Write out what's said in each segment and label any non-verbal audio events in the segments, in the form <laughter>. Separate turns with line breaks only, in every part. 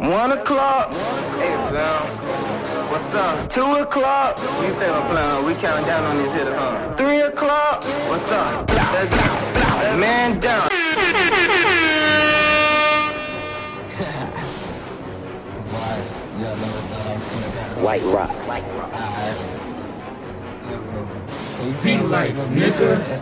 One o'clock. Hey, Flam. What's up? Two o'clock. You think I'm playing? We counting down on these hitters, huh? Three o'clock. What's up? Let's go. Man down.
White Rocks. White Rocks.
V life, nigga.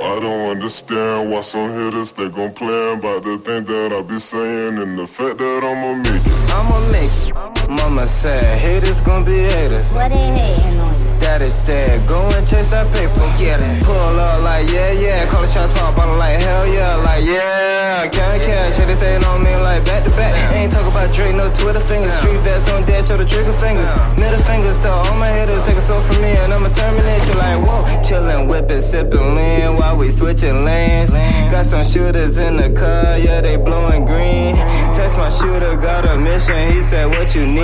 I don't understand why some hitters they gon' play about the thing that I be saying and the fact that I'ma make it.
I'ma make it. Mama said, haters gon' be haters.
What they hating on you?
Daddy said, go and chase that paper, get it. Pull up like, yeah, yeah. Call the shots pop, I'm like, hell yeah, like, yeah. Can't catch, haters ain't on me like back to back. Ain't talk about Drake, no Twitter fingers. Street vets on dead, show the trigger fingers. Middle fingers to all my hitters, take a soul from me, and I'ma terminate you like, whoa. Chillin', whippin', sippin' lean while we switchin' lanes. Got some shooters in the car, yeah, they blowin' green. Text my shooter, got a mission, he said, what you need?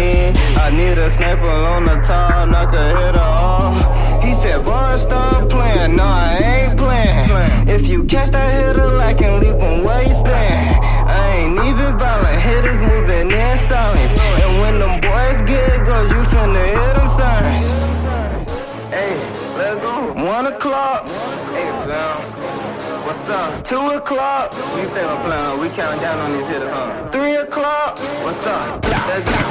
I need a sniper on the top, knock a hitter off. He said, boy, stop playin', nah, I ain't playin'. If you catch that hitter, like and leave him where he stand. I ain't even violent, hitters movin' in silence. And when them boys get go, you finna hit them sirens. Hey, let's go. One o'clock. Hey, fam. What's up? Two o'clock. You think I'm playing? We counting down on these hitters, huh? Three o'clock. What's up? Let's go.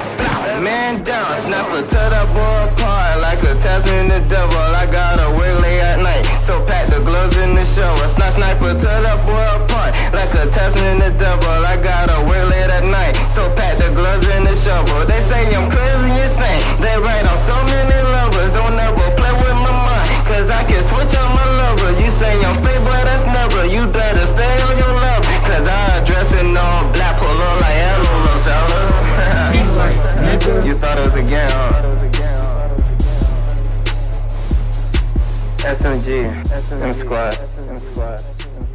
Man down, snapper, tear that boy apart like a Tasman the devil. I gotta work late at night, so pack the gloves in the shower. Snap sniper, tear that boy apart like a Tasman the devil. I gotta work late at night, so pack the gloves in the shovel. They say I'm crazy, insane. They right, I'm so many lovers. Don't ever play with my mind, cause I can switch on my lover. You say I'm fake, but that's never. You better stay on your level, cause I dress in all black, pull on like hello, little fella.
V life, nigga.
<laughs> you thought it was a game, huh? SMG, M Squad, M Squad.